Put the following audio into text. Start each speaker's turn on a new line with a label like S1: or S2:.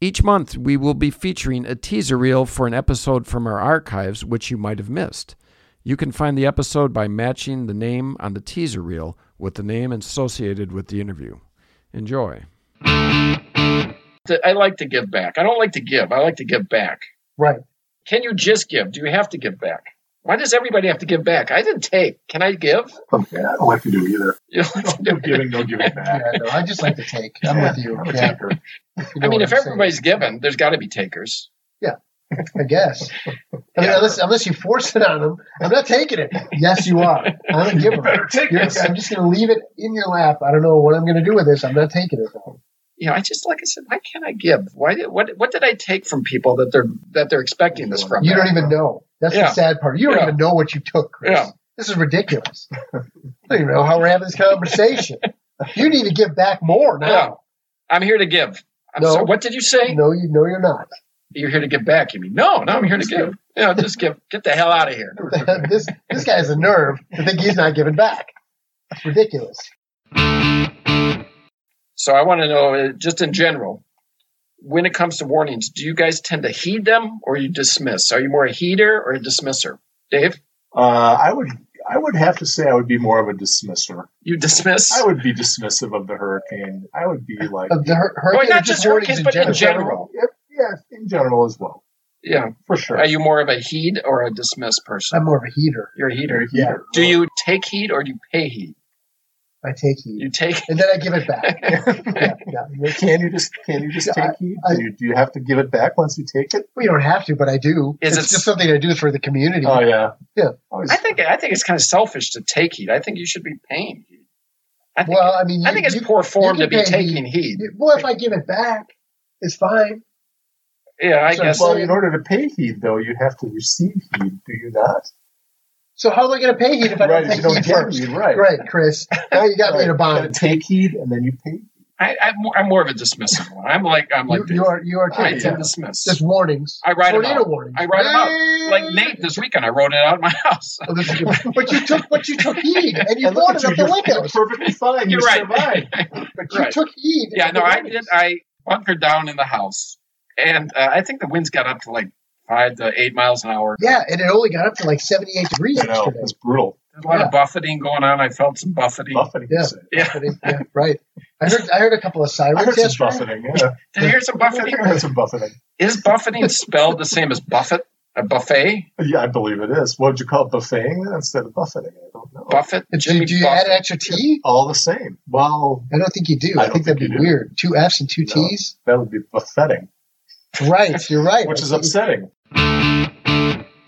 S1: Each month, we will be featuring a teaser reel for an episode from our archives, which you might have missed. You can find the episode by matching the name on the teaser reel with the name associated with the interview. Enjoy.
S2: to- I like to give back. I don't like to give. I like to give back.
S3: Right.
S2: Can you just give? Do you have to give back? Why does everybody have to give back? I didn't take. Can I give?
S4: Okay, I don't like to do either.
S2: You know, let's do
S4: No
S2: it.
S4: giving, no giving back.
S3: Yeah, no, I just like to take. I'm with you.
S4: I'm a
S3: Yeah.
S4: taker.
S3: You know
S2: I mean,
S3: what
S2: if
S3: I'm
S2: everybody's given, there's got to be takers.
S3: saying, I guess. I mean,
S2: Yeah.
S3: unless, unless you force it on them, I'm not taking it. Yes, you are. I'm a
S4: You
S3: giver.
S4: better take
S3: You're,
S4: this.
S3: I'm just going to leave it in your lap. I don't know what I'm going to do with this. I'm not taking it. Though.
S2: You know, I just like I said, why can't I give? Why? Did, what? What did I take from people that they're that they're expecting this from?
S3: You
S2: me?
S3: don't even know. That's
S2: Yeah.
S3: the sad part. You don't
S2: Yeah.
S3: even know what you took, Chris.
S2: Yeah.
S3: This is ridiculous. I don't even know how we're having this conversation. you need to give back more now.
S2: I'm here to give. I'm
S3: No.
S2: sorry, what did you say?
S3: No, you know you're not.
S2: You're here to give back. You mean no? No, I'm here to give. Yeah, just give. Get the hell out of here.
S3: this this guy has a nerve to think he's not giving back. It's ridiculous.
S2: So I want to know, uh, just in general, when it comes to warnings, do you guys tend to heed them or you dismiss? Are you more a heeder or a dismisser? Dave,
S4: Uh, I would, I would have to say, I would be more of a dismisser.
S2: you dismiss.
S4: I would be dismissive of the hurricane. I would be like,
S3: Of the hur-
S2: Well,
S3: hurricane,
S2: not
S3: or
S2: just
S3: warnings
S2: hurricanes, but in general.
S4: Yeah, yeah, in general as well,
S2: Yeah.
S4: for sure.
S2: Are you more of a heed or a dismiss person?
S3: I'm more of a heater.
S2: You're a
S4: You're
S2: heeder.
S4: a heater.
S2: Do you take heed or do you pay heed?
S3: I take heat,
S2: You take.
S3: and then I give it back. yeah, yeah.
S4: Can you just can you just
S3: Yeah,
S4: take heed?
S3: I-
S4: do, you, do you have to give it back once you take it?
S3: We don't have to, but I do.
S2: Is
S3: it's
S2: it-
S3: just something I do for the community.
S4: Oh yeah,
S3: Yeah.
S4: Always-
S2: I think. I think it's kind of selfish to take heed. I think you should be paying heed. I think.
S3: well, I mean, you,
S2: I think it's
S3: you-
S2: poor form
S3: you
S2: to
S3: can
S2: be
S3: pay
S2: taking heed.
S3: you- well, if I give it back, it's fine.
S2: Yeah, I
S3: So,
S2: guess.
S4: well, in order to pay heed, though, you have to receive heed. Do you not?
S3: So how am I going to pay heat if I
S4: right,
S3: don't
S4: if
S3: take
S4: you don't
S3: heat
S4: get
S3: first?
S4: heed, right?
S3: Right, Chris. Now you got me in a
S4: Right. You
S3: bind.
S4: gotta take heed, and then you pay.
S2: I, I'm, more, I'm more of a dismissive one. I'm like. I'm like.
S3: You, you are you are
S2: I
S3: taking
S2: tend
S4: yeah.
S2: to dismiss.
S3: just warnings.
S2: I write 'em
S3: tornado
S2: out.
S3: warnings.
S2: I write 'em out. Oh, like Nate this weekend, I wrote it out of my house.
S3: Oh, this is good. but you took but you took heed and you
S4: And look
S3: bought it
S4: at
S3: up
S4: you,
S3: the
S4: you're-
S3: windows.
S4: You're perfectly fine.
S2: You're
S4: you
S2: right.
S4: survived.
S3: But you
S2: Right.
S3: took heed.
S2: Yeah,
S3: of
S2: no,
S3: the
S2: I
S3: warnings.
S2: did. I bunkered down in the house, and uh, I think the winds got up to like five to eight miles an hour.
S3: Yeah, and it only got up to like seventy eight degrees
S4: You know,
S3: yesterday.
S4: it's brutal.
S2: There's a lot of buffeting going on. I felt some buffeting.
S4: Buffeting.
S3: Yeah.
S4: is it?
S2: Yeah,
S3: But it- yeah, right. I heard I heard a couple of
S4: I
S3: sirens
S4: heard some
S3: yesterday.
S4: buffeting. Yeah,
S2: did you hear some
S4: I
S2: buffeting?
S4: think I heard some buffeting.
S2: Is buffeting spelled the same as buffet? A buffet?
S4: Yeah, I believe it is. What would you call it, buffeting then instead of buffeting? I don't know.
S2: Buffet?
S3: Do you,
S2: Jimmy
S3: do you add
S2: Buffett.
S3: an extra T?
S4: All the same. Well,
S3: I don't think you do.
S4: I
S3: I,
S4: don't
S3: think that'd
S4: think
S3: be
S4: you do.
S3: weird. Two F's and two
S4: No.
S3: T's.
S4: that would be buffeting,
S3: Right, you're right.
S4: which is
S3: I think-
S4: upsetting.